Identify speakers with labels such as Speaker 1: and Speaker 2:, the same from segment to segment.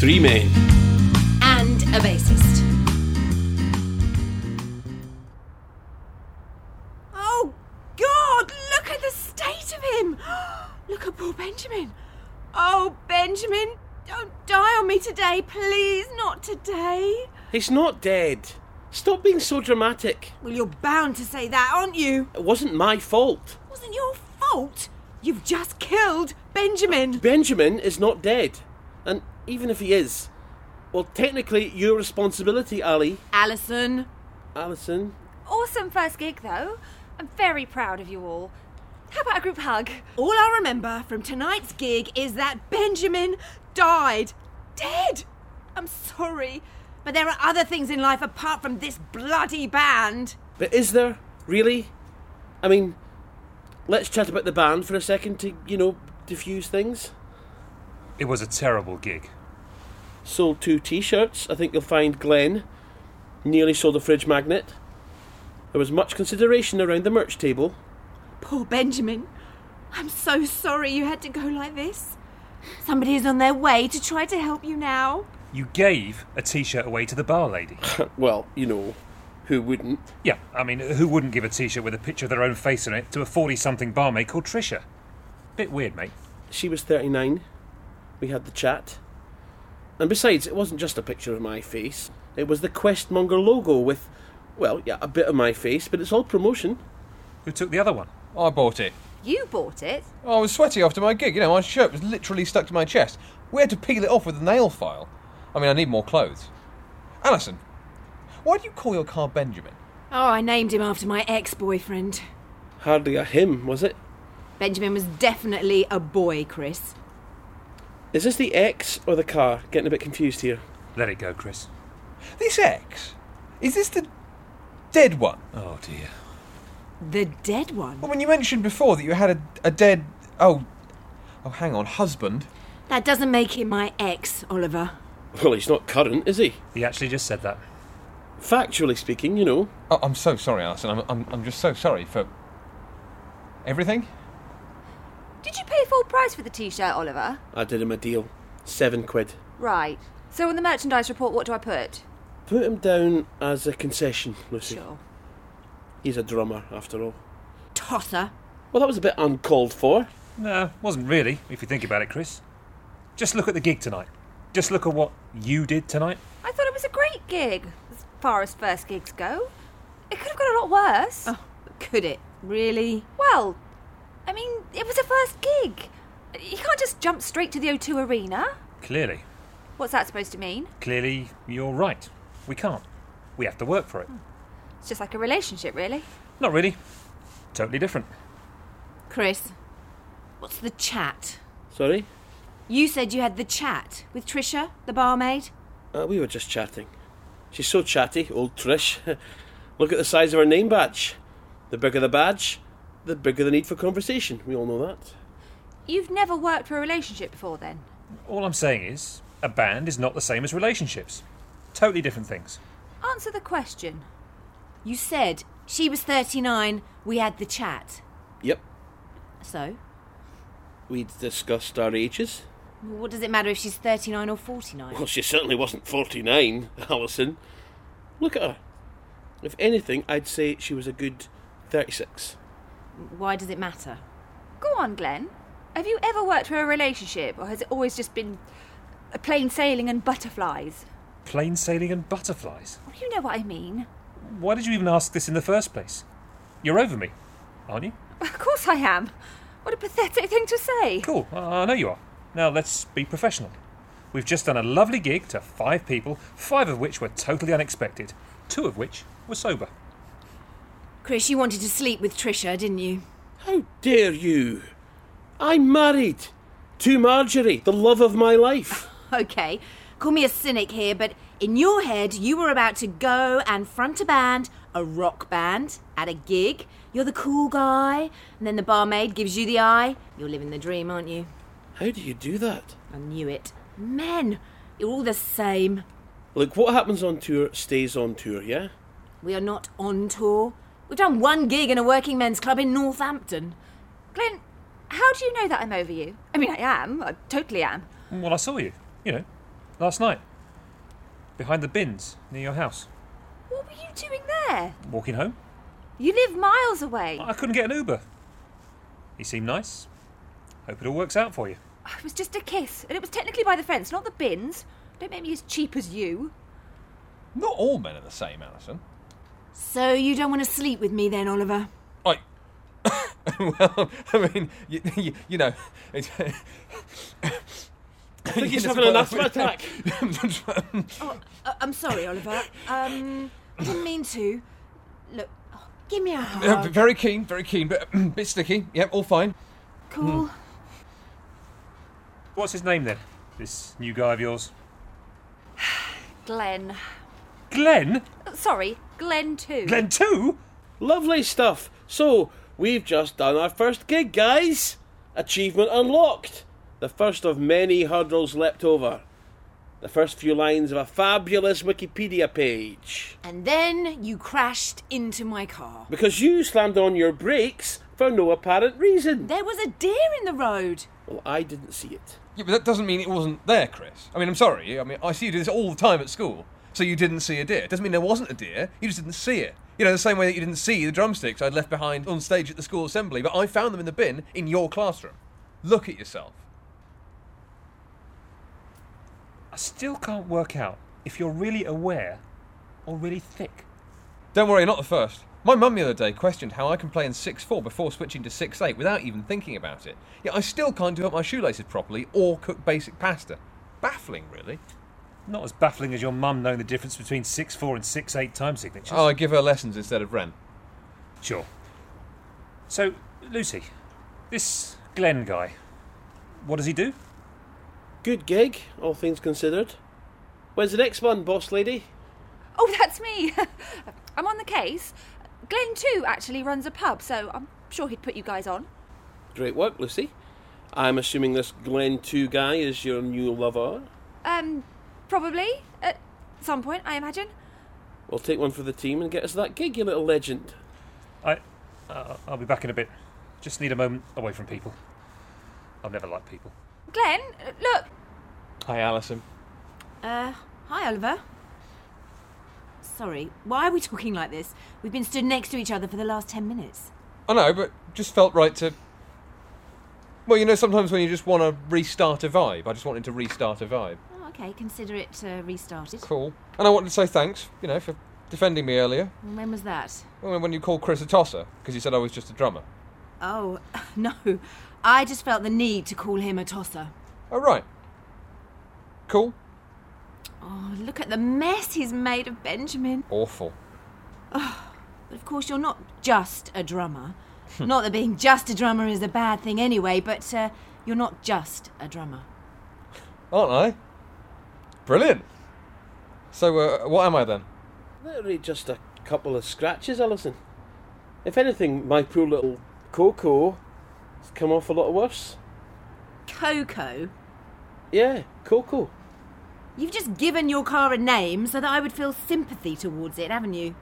Speaker 1: three men.
Speaker 2: and a bassist.
Speaker 3: Oh, God, look at the state of him. Look at poor Benjamin. Oh, Benjamin, don't die on me today, please, not today.
Speaker 1: He's not dead. Stop being so dramatic.
Speaker 3: Well, you're bound to say that, aren't you?
Speaker 1: It wasn't my fault.
Speaker 3: It wasn't your fault. You've just killed Benjamin.
Speaker 1: Benjamin is not dead. And even if he is, well, technically, your responsibility, Ali.
Speaker 3: Alison.
Speaker 1: Alison.
Speaker 4: Awesome first gig, though. I'm very proud of you all. How about a group hug?
Speaker 3: All I remember from tonight's gig is that Benjamin died. Dead! I'm sorry, but there are other things in life apart from this bloody band.
Speaker 1: But is there, really? I mean, let's chat about the band for a second to, you know, diffuse things.
Speaker 5: It was a terrible gig.
Speaker 1: Sold two t shirts. I think you'll find Glenn nearly sold a fridge magnet. There was much consideration around the merch table.
Speaker 3: Poor Benjamin. I'm so sorry you had to go like this. Somebody is on their way to try to help you now.
Speaker 5: You gave a t shirt away to the bar lady.
Speaker 1: Well, you know, who wouldn't?
Speaker 5: yeah, I mean, who wouldn't give a t shirt with a picture of their own face on it to a 40 something barmaid called Trisha? Bit weird, mate.
Speaker 1: She was 39. We had the chat. And besides, it wasn't just a picture of my face, it was the Questmonger logo with, well, yeah, a bit of my face, but it's all promotion.
Speaker 5: Who took the other one?
Speaker 6: I bought it.
Speaker 2: You bought it.
Speaker 6: I was sweaty after my gig. You know, my shirt was literally stuck to my chest. We had to peel it off with a nail file. I mean, I need more clothes. Alison, why do you call your car Benjamin?
Speaker 3: Oh, I named him after my ex boyfriend.
Speaker 1: Hardly a hymn, was it?
Speaker 3: Benjamin was definitely a boy, Chris.
Speaker 1: Is this the X or the car? Getting a bit confused here.
Speaker 5: Let it go, Chris.
Speaker 6: This X? Is this the dead one?
Speaker 5: Oh dear.
Speaker 3: The dead one.
Speaker 6: Well, when you mentioned before that you had a, a dead. Oh. Oh, hang on, husband.
Speaker 3: That doesn't make him my ex, Oliver.
Speaker 1: Well, he's not current, is he?
Speaker 5: He actually just said that.
Speaker 1: Factually speaking, you know.
Speaker 6: Oh, I'm so sorry, Alison. I'm, I'm, I'm just so sorry for. everything?
Speaker 4: Did you pay full price for the t shirt, Oliver?
Speaker 1: I did him a deal. Seven quid.
Speaker 4: Right. So on the merchandise report, what do I put?
Speaker 1: Put him down as a concession, Lucy.
Speaker 4: Sure.
Speaker 1: He's a drummer, after all.
Speaker 3: Tosser.
Speaker 1: Well, that was a bit uncalled for.
Speaker 5: No, wasn't really, if you think about it, Chris. Just look at the gig tonight. Just look at what you did tonight.
Speaker 4: I thought it was a great gig, as far as first gigs go. It could have gone a lot worse.
Speaker 3: Oh, could it? Really?
Speaker 4: Well, I mean, it was a first gig. You can't just jump straight to the O2 Arena.
Speaker 5: Clearly.
Speaker 4: What's that supposed to mean?
Speaker 5: Clearly, you're right. We can't. We have to work for it.
Speaker 4: It's just like a relationship, really.
Speaker 5: Not really. Totally different.
Speaker 3: Chris, what's the chat?
Speaker 1: Sorry?
Speaker 3: You said you had the chat with Trisha, the barmaid.
Speaker 1: Uh, we were just chatting. She's so chatty, old Trish. Look at the size of her name badge. The bigger the badge, the bigger the need for conversation. We all know that.
Speaker 4: You've never worked for a relationship before then.
Speaker 5: All I'm saying is, a band is not the same as relationships. Totally different things.
Speaker 4: Answer the question.
Speaker 3: You said she was 39, we had the chat.
Speaker 1: Yep,
Speaker 3: So,
Speaker 1: we discussed our ages.
Speaker 3: what does it matter if she's 39 or 49?
Speaker 1: Well, she certainly wasn't 49, Alison. Look at her. If anything, I'd say she was a good 36.
Speaker 3: Why does it matter?
Speaker 4: Go on, Glenn. Have you ever worked for a relationship, or has it always just been a plain sailing and butterflies?
Speaker 5: Plain sailing and butterflies.
Speaker 4: Well, you know what I mean.
Speaker 5: Why did you even ask this in the first place? You're over me, aren't you?
Speaker 4: Of course I am. What a pathetic thing to say.
Speaker 5: Cool, I I know you are. Now let's be professional. We've just done a lovely gig to five people, five of which were totally unexpected, two of which were sober.
Speaker 3: Chris, you wanted to sleep with Trisha, didn't you?
Speaker 1: How dare you? I'm married to Marjorie, the love of my life.
Speaker 3: Okay, call me a cynic here, but in your head, you were about to go and front a band, a rock band, at a gig. You're the cool guy, and then the barmaid gives you the eye. You're living the dream, aren't you?
Speaker 1: How do you do that?
Speaker 3: I knew it. Men, you're all the same.
Speaker 1: Look, what happens on tour stays on tour, yeah?
Speaker 3: We are not on tour. We've done one gig in a working men's club in Northampton.
Speaker 4: Glenn, how do you know that I'm over you? I mean, I am. I totally am.
Speaker 5: Well, I saw you, you know, Last night. Behind the bins near your house.
Speaker 4: What were you doing there?
Speaker 5: Walking home.
Speaker 4: You live miles away.
Speaker 5: I couldn't get an Uber. He seemed nice. Hope it all works out for you.
Speaker 4: It was just a kiss, and it was technically by the fence, not the bins. Don't make me as cheap as you.
Speaker 6: Not all men are the same, Alison.
Speaker 3: So you don't want to sleep with me then, Oliver?
Speaker 6: I. well, I mean, you, you, you know. It's, I think
Speaker 1: he's having an asthma attack.
Speaker 3: Oh, uh, I'm sorry, Oliver. Um, didn't mean to. Look, oh, give me a hug.
Speaker 6: very keen, very keen, but bit sticky. Yep, all fine.
Speaker 3: Cool.
Speaker 5: What's his name then? This new guy of yours?
Speaker 4: Glen.
Speaker 5: Glenn?
Speaker 4: Sorry, Glen too.
Speaker 5: Glenn too?
Speaker 1: Lovely stuff. So, we've just done our first gig, guys. Achievement unlocked. The first of many hurdles leapt over. The first few lines of a fabulous Wikipedia page.
Speaker 3: And then you crashed into my car.
Speaker 1: Because you slammed on your brakes for no apparent reason.
Speaker 3: There was a deer in the road.
Speaker 1: Well, I didn't see it.
Speaker 6: Yeah, but that doesn't mean it wasn't there, Chris. I mean, I'm sorry. I mean, I see you do this all the time at school. So you didn't see a deer. Doesn't mean there wasn't a deer. You just didn't see it. You know, the same way that you didn't see the drumsticks I'd left behind on stage at the school assembly, but I found them in the bin in your classroom. Look at yourself.
Speaker 5: I still can't work out if you're really aware or really thick.
Speaker 6: Don't worry, not the first. My mum the other day questioned how I can play in 6 4 before switching to 6 8 without even thinking about it. Yet I still can't do up my shoelaces properly or cook basic pasta. Baffling, really.
Speaker 5: Not as baffling as your mum knowing the difference between 6'4 and 6'8 time signatures.
Speaker 6: Oh, I give her lessons instead of Ren.
Speaker 5: Sure. So, Lucy, this Glenn guy, what does he do?
Speaker 1: Good gig, all things considered. When's the next one, boss lady?
Speaker 4: Oh, that's me. I'm on the case. Glen too actually runs a pub, so I'm sure he'd put you guys on.
Speaker 1: Great work, Lucy. I'm assuming this Glen 2 guy is your new lover.
Speaker 4: Um, probably at some point, I imagine.
Speaker 1: We'll take one for the team and get us that gig, you little legend.
Speaker 5: I, uh, I'll be back in a bit. Just need a moment away from people. I've never liked people.
Speaker 4: Glen, look.
Speaker 6: Hi, Alison.
Speaker 3: Uh, hi, Oliver. Sorry, why are we talking like this? We've been stood next to each other for the last 10 minutes.
Speaker 6: I know, but just felt right to. Well, you know, sometimes when you just want to restart a vibe, I just wanted to restart a vibe.
Speaker 3: Oh, okay, consider it uh, restarted.
Speaker 6: Cool. And I wanted to say thanks, you know, for defending me earlier.
Speaker 3: And When was that?
Speaker 6: Well, When you called Chris a tosser, because you said I was just a drummer.
Speaker 3: Oh, no. I just felt the need to call him a tosser.
Speaker 6: Oh, right. Cool.
Speaker 3: Oh, look at the mess he's made of Benjamin.
Speaker 6: Awful.
Speaker 3: But of course, you're not just a drummer. not that being just a drummer is a bad thing anyway, but uh, you're not just a drummer.
Speaker 6: Aren't I? Brilliant. So, uh, what am I then?
Speaker 1: Literally just a couple of scratches, Alison. If anything, my poor little Coco has come off a lot worse.
Speaker 3: Coco,
Speaker 1: Yeah, Coco.
Speaker 3: you've just given your car a name so that I would feel sympathy towards it, haven't you?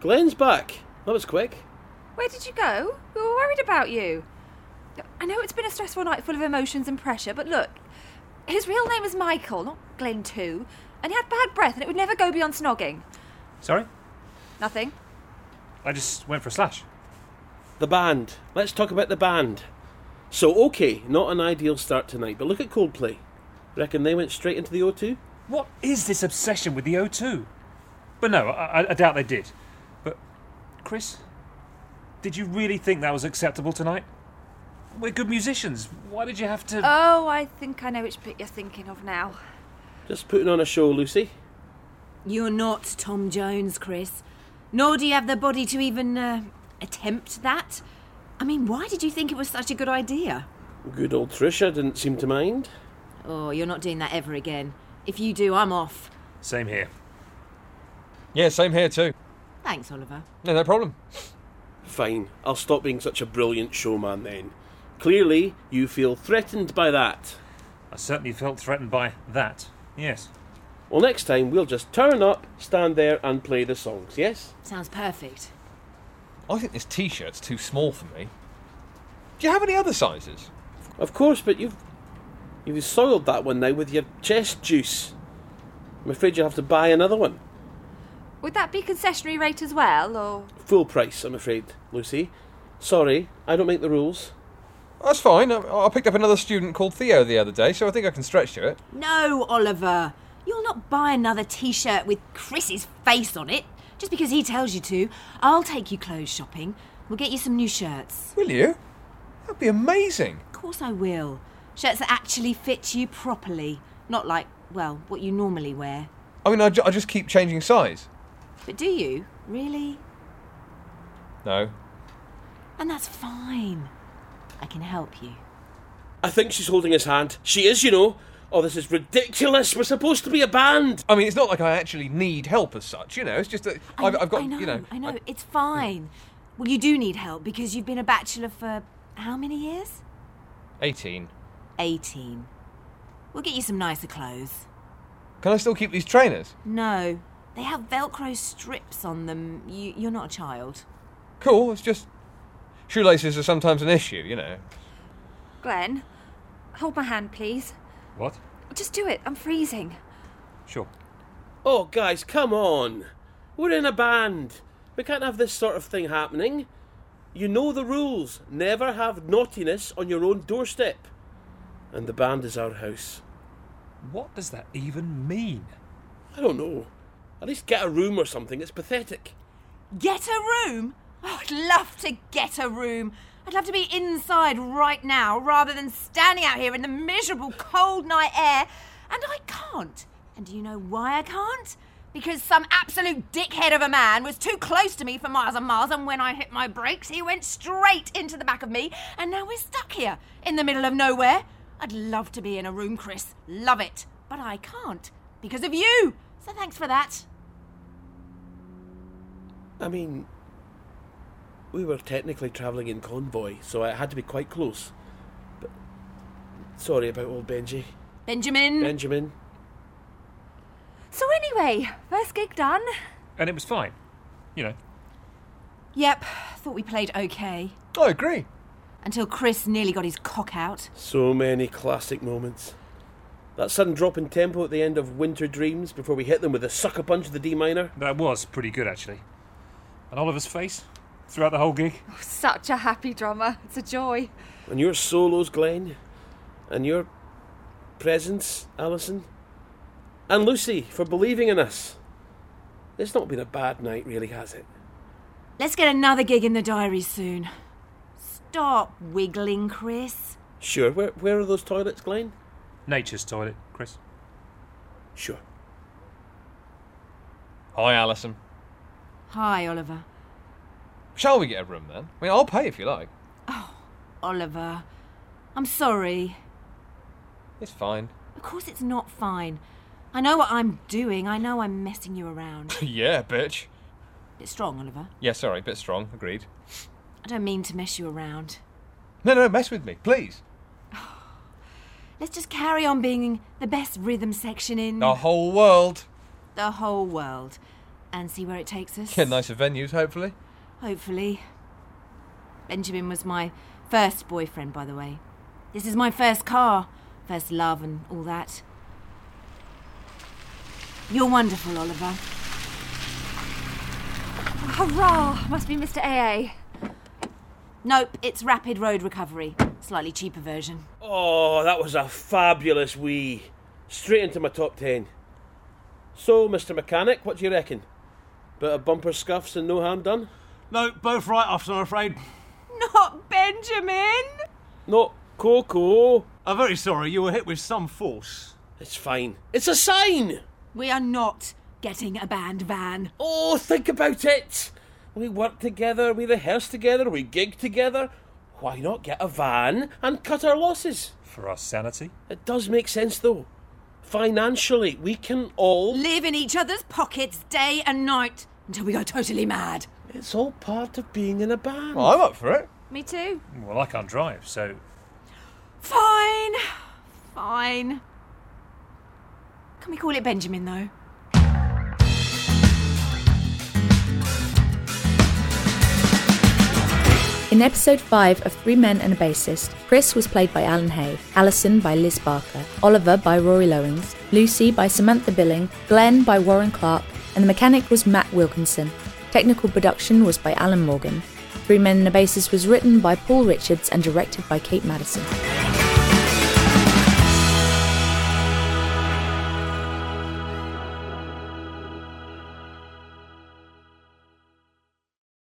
Speaker 1: Glenn's back. That was quick.
Speaker 4: Where did you go? We were worried about you. I know it's been a stressful night full of emotions and pressure, but look, his real name is Michael, not Glen too, and he had bad breath and it would never go beyond snogging.
Speaker 5: Sorry?
Speaker 4: Nothing.
Speaker 5: I just went for a slash.
Speaker 1: The band. Let's talk about the band. So, okay, not an ideal start tonight, but look at Coldplay. Reckon they went straight into the O2?
Speaker 5: What is this obsession with the O2? But no, I, I- I doubt they did. But, Chris, did you really think that was acceptable tonight? We're good musicians. Why did you have to.
Speaker 4: Oh, I think I know which bit you're thinking of now.
Speaker 1: Just putting on a show, Lucy.
Speaker 3: You're not Tom Jones, Chris. Nor do you have the body to even uh, attempt that. I mean, why did you think it was such a good idea?
Speaker 1: Good old Trisha didn't seem to mind.
Speaker 3: Oh, you're not doing that ever again. If you do, I'm off.
Speaker 5: Same here.
Speaker 6: Yeah, same here too.
Speaker 3: Thanks, Oliver.
Speaker 6: No, no problem.
Speaker 1: Fine, I'll stop being such a brilliant showman then. Clearly, you feel threatened by that.
Speaker 5: I certainly felt threatened by that. Yes.
Speaker 1: Well, next time we'll just turn up, stand there, and play the songs, yes?
Speaker 3: Sounds perfect.
Speaker 6: I think this T-shirt's too small for me. Do you have any other sizes?
Speaker 1: Of course, but you've. You've soiled that one now with your chest juice. I'm afraid you'll have to buy another one.
Speaker 4: Would that be concessionary rate as well, or
Speaker 1: Full price, I'm afraid, Lucy. Sorry, I don't make the rules.
Speaker 6: That's fine. I, I picked up another student called Theo the other day, so I think I can stretch to it.
Speaker 3: No, Oliver. You'll not buy another t shirt with Chris's face on it just because he tells you to. I'll take you clothes shopping. We'll get you some new shirts.
Speaker 6: Will you? That'd be amazing.
Speaker 3: Of course, I will. Shirts that actually fit you properly, not like, well, what you normally wear.
Speaker 6: I mean, I, ju- I just keep changing size.
Speaker 3: But do you? Really?
Speaker 6: No.
Speaker 3: And that's fine. I can help you.
Speaker 1: I think she's holding his hand. She is, you know. Oh, this is ridiculous. We're supposed to be a band.
Speaker 6: I mean, it's not like I actually need help as such, you know. It's just that
Speaker 3: I
Speaker 6: I've,
Speaker 3: kn-
Speaker 6: I've got,
Speaker 3: I know,
Speaker 6: you know.
Speaker 3: I know. it's fine. Well, you do need help because you've been a bachelor for how many years?
Speaker 6: 18.
Speaker 3: 18. We'll get you some nicer clothes.
Speaker 6: Can I still keep these trainers?
Speaker 3: No, they have Velcro strips on them. You, you're not a child.
Speaker 6: Cool, it's just. Shoelaces are sometimes an issue, you know.
Speaker 4: Glenn? Hold my hand, please.
Speaker 5: What?
Speaker 4: Just do it. I'm freezing.
Speaker 5: Sure.
Speaker 1: Oh, guys, come on. We're in a band. We can't have this sort of thing happening. You know the rules. Never have naughtiness on your own doorstep. And the band is our house.
Speaker 5: What does that even mean?
Speaker 1: I don't know. At least get a room or something. It's pathetic.
Speaker 3: Get a room? Oh, I'd love to get a room. I'd love to be inside right now rather than standing out here in the miserable cold night air. And I can't. And do you know why I can't? Because some absolute dickhead of a man was too close to me for miles and miles, and when I hit my brakes, he went straight into the back of me, and now we're stuck here in the middle of nowhere. I'd love to be in a room, Chris. Love it. But I can't because of you. So thanks for that.
Speaker 1: I mean, we were technically travelling in convoy, so I had to be quite close. But sorry about old Benji.
Speaker 3: Benjamin.
Speaker 1: Benjamin.
Speaker 4: So anyway, first gig done.
Speaker 5: And it was fine. You know,
Speaker 3: Yep, thought we played okay.
Speaker 6: Oh, I agree.
Speaker 3: Until Chris nearly got his cock out.
Speaker 1: So many classic moments. That sudden drop in tempo at the end of Winter Dreams before we hit them with a sucker punch of the D minor.
Speaker 5: that was pretty good actually. And Oliver's face throughout the whole gig.
Speaker 4: Such a happy drummer. It's a joy.
Speaker 1: And your solos, Glenn. And your presence, Alison. And Lucy for believing in us. It's not been a bad night, really, has it?
Speaker 3: Let's get another gig in the diary soon. Stop wiggling, Chris.
Speaker 1: Sure. Where, where are those toilets, Glenn?
Speaker 5: Nature's toilet, Chris.
Speaker 1: Sure.
Speaker 6: Hi, Alison.
Speaker 3: Hi, Oliver.
Speaker 6: Shall we get a room then? I mean, I'll pay if you like.
Speaker 3: Oliver. I'm sorry.
Speaker 6: It's fine.
Speaker 3: Of course it's not fine. I know what I'm doing. I know I'm messing you around.
Speaker 6: yeah, bitch.
Speaker 3: Bit strong, Oliver.
Speaker 6: Yeah, sorry, bit strong. Agreed.
Speaker 3: I don't mean to mess you around.
Speaker 6: No, no, mess with me, please.
Speaker 3: Let's just carry on being the best rhythm section in
Speaker 6: The whole world.
Speaker 3: the whole world and see where it takes us.
Speaker 6: Yeah, nicer venues, hopefully.
Speaker 3: Hopefully. Benjamin was my first boyfriend, by the way. This is my first car, first love, and all that. You're wonderful, Oliver.
Speaker 4: Hurrah! Must be Mr. AA.
Speaker 3: Nope, it's rapid road recovery. Slightly cheaper version.
Speaker 1: Oh, that was a fabulous wee. Straight into my top ten. So, Mr. Mechanic, what do you reckon? Bit of bumper scuffs and no harm done?
Speaker 7: No, both right offs, I'm afraid.
Speaker 3: Not Benjamin!
Speaker 1: No, Coco.
Speaker 7: I'm very sorry, you were hit with some force.
Speaker 1: It's fine. It's a sign.
Speaker 3: We are not getting a band van.
Speaker 1: Oh, think about it. We work together, we rehearse together, we gig together. Why not get a van and cut our losses?
Speaker 5: For our sanity.
Speaker 1: It does make sense, though. Financially, we can all.
Speaker 3: Live in each other's pockets day and night until we go totally mad.
Speaker 1: It's all part of being in a band.
Speaker 6: Well, I'm up for it.
Speaker 4: Me too.
Speaker 5: Well, I can't drive, so
Speaker 3: Fine. Fine. Can we call it Benjamin, though?
Speaker 8: In episode 5 of Three Men and a Bassist, Chris was played by Alan Hay, Alison by Liz Barker, Oliver by Rory Lowings, Lucy by Samantha Billing, Glenn by Warren Clark, and the mechanic was Matt Wilkinson. Technical production was by Alan Morgan. Three Men and a Bassist was written by Paul Richards and directed by Kate Madison.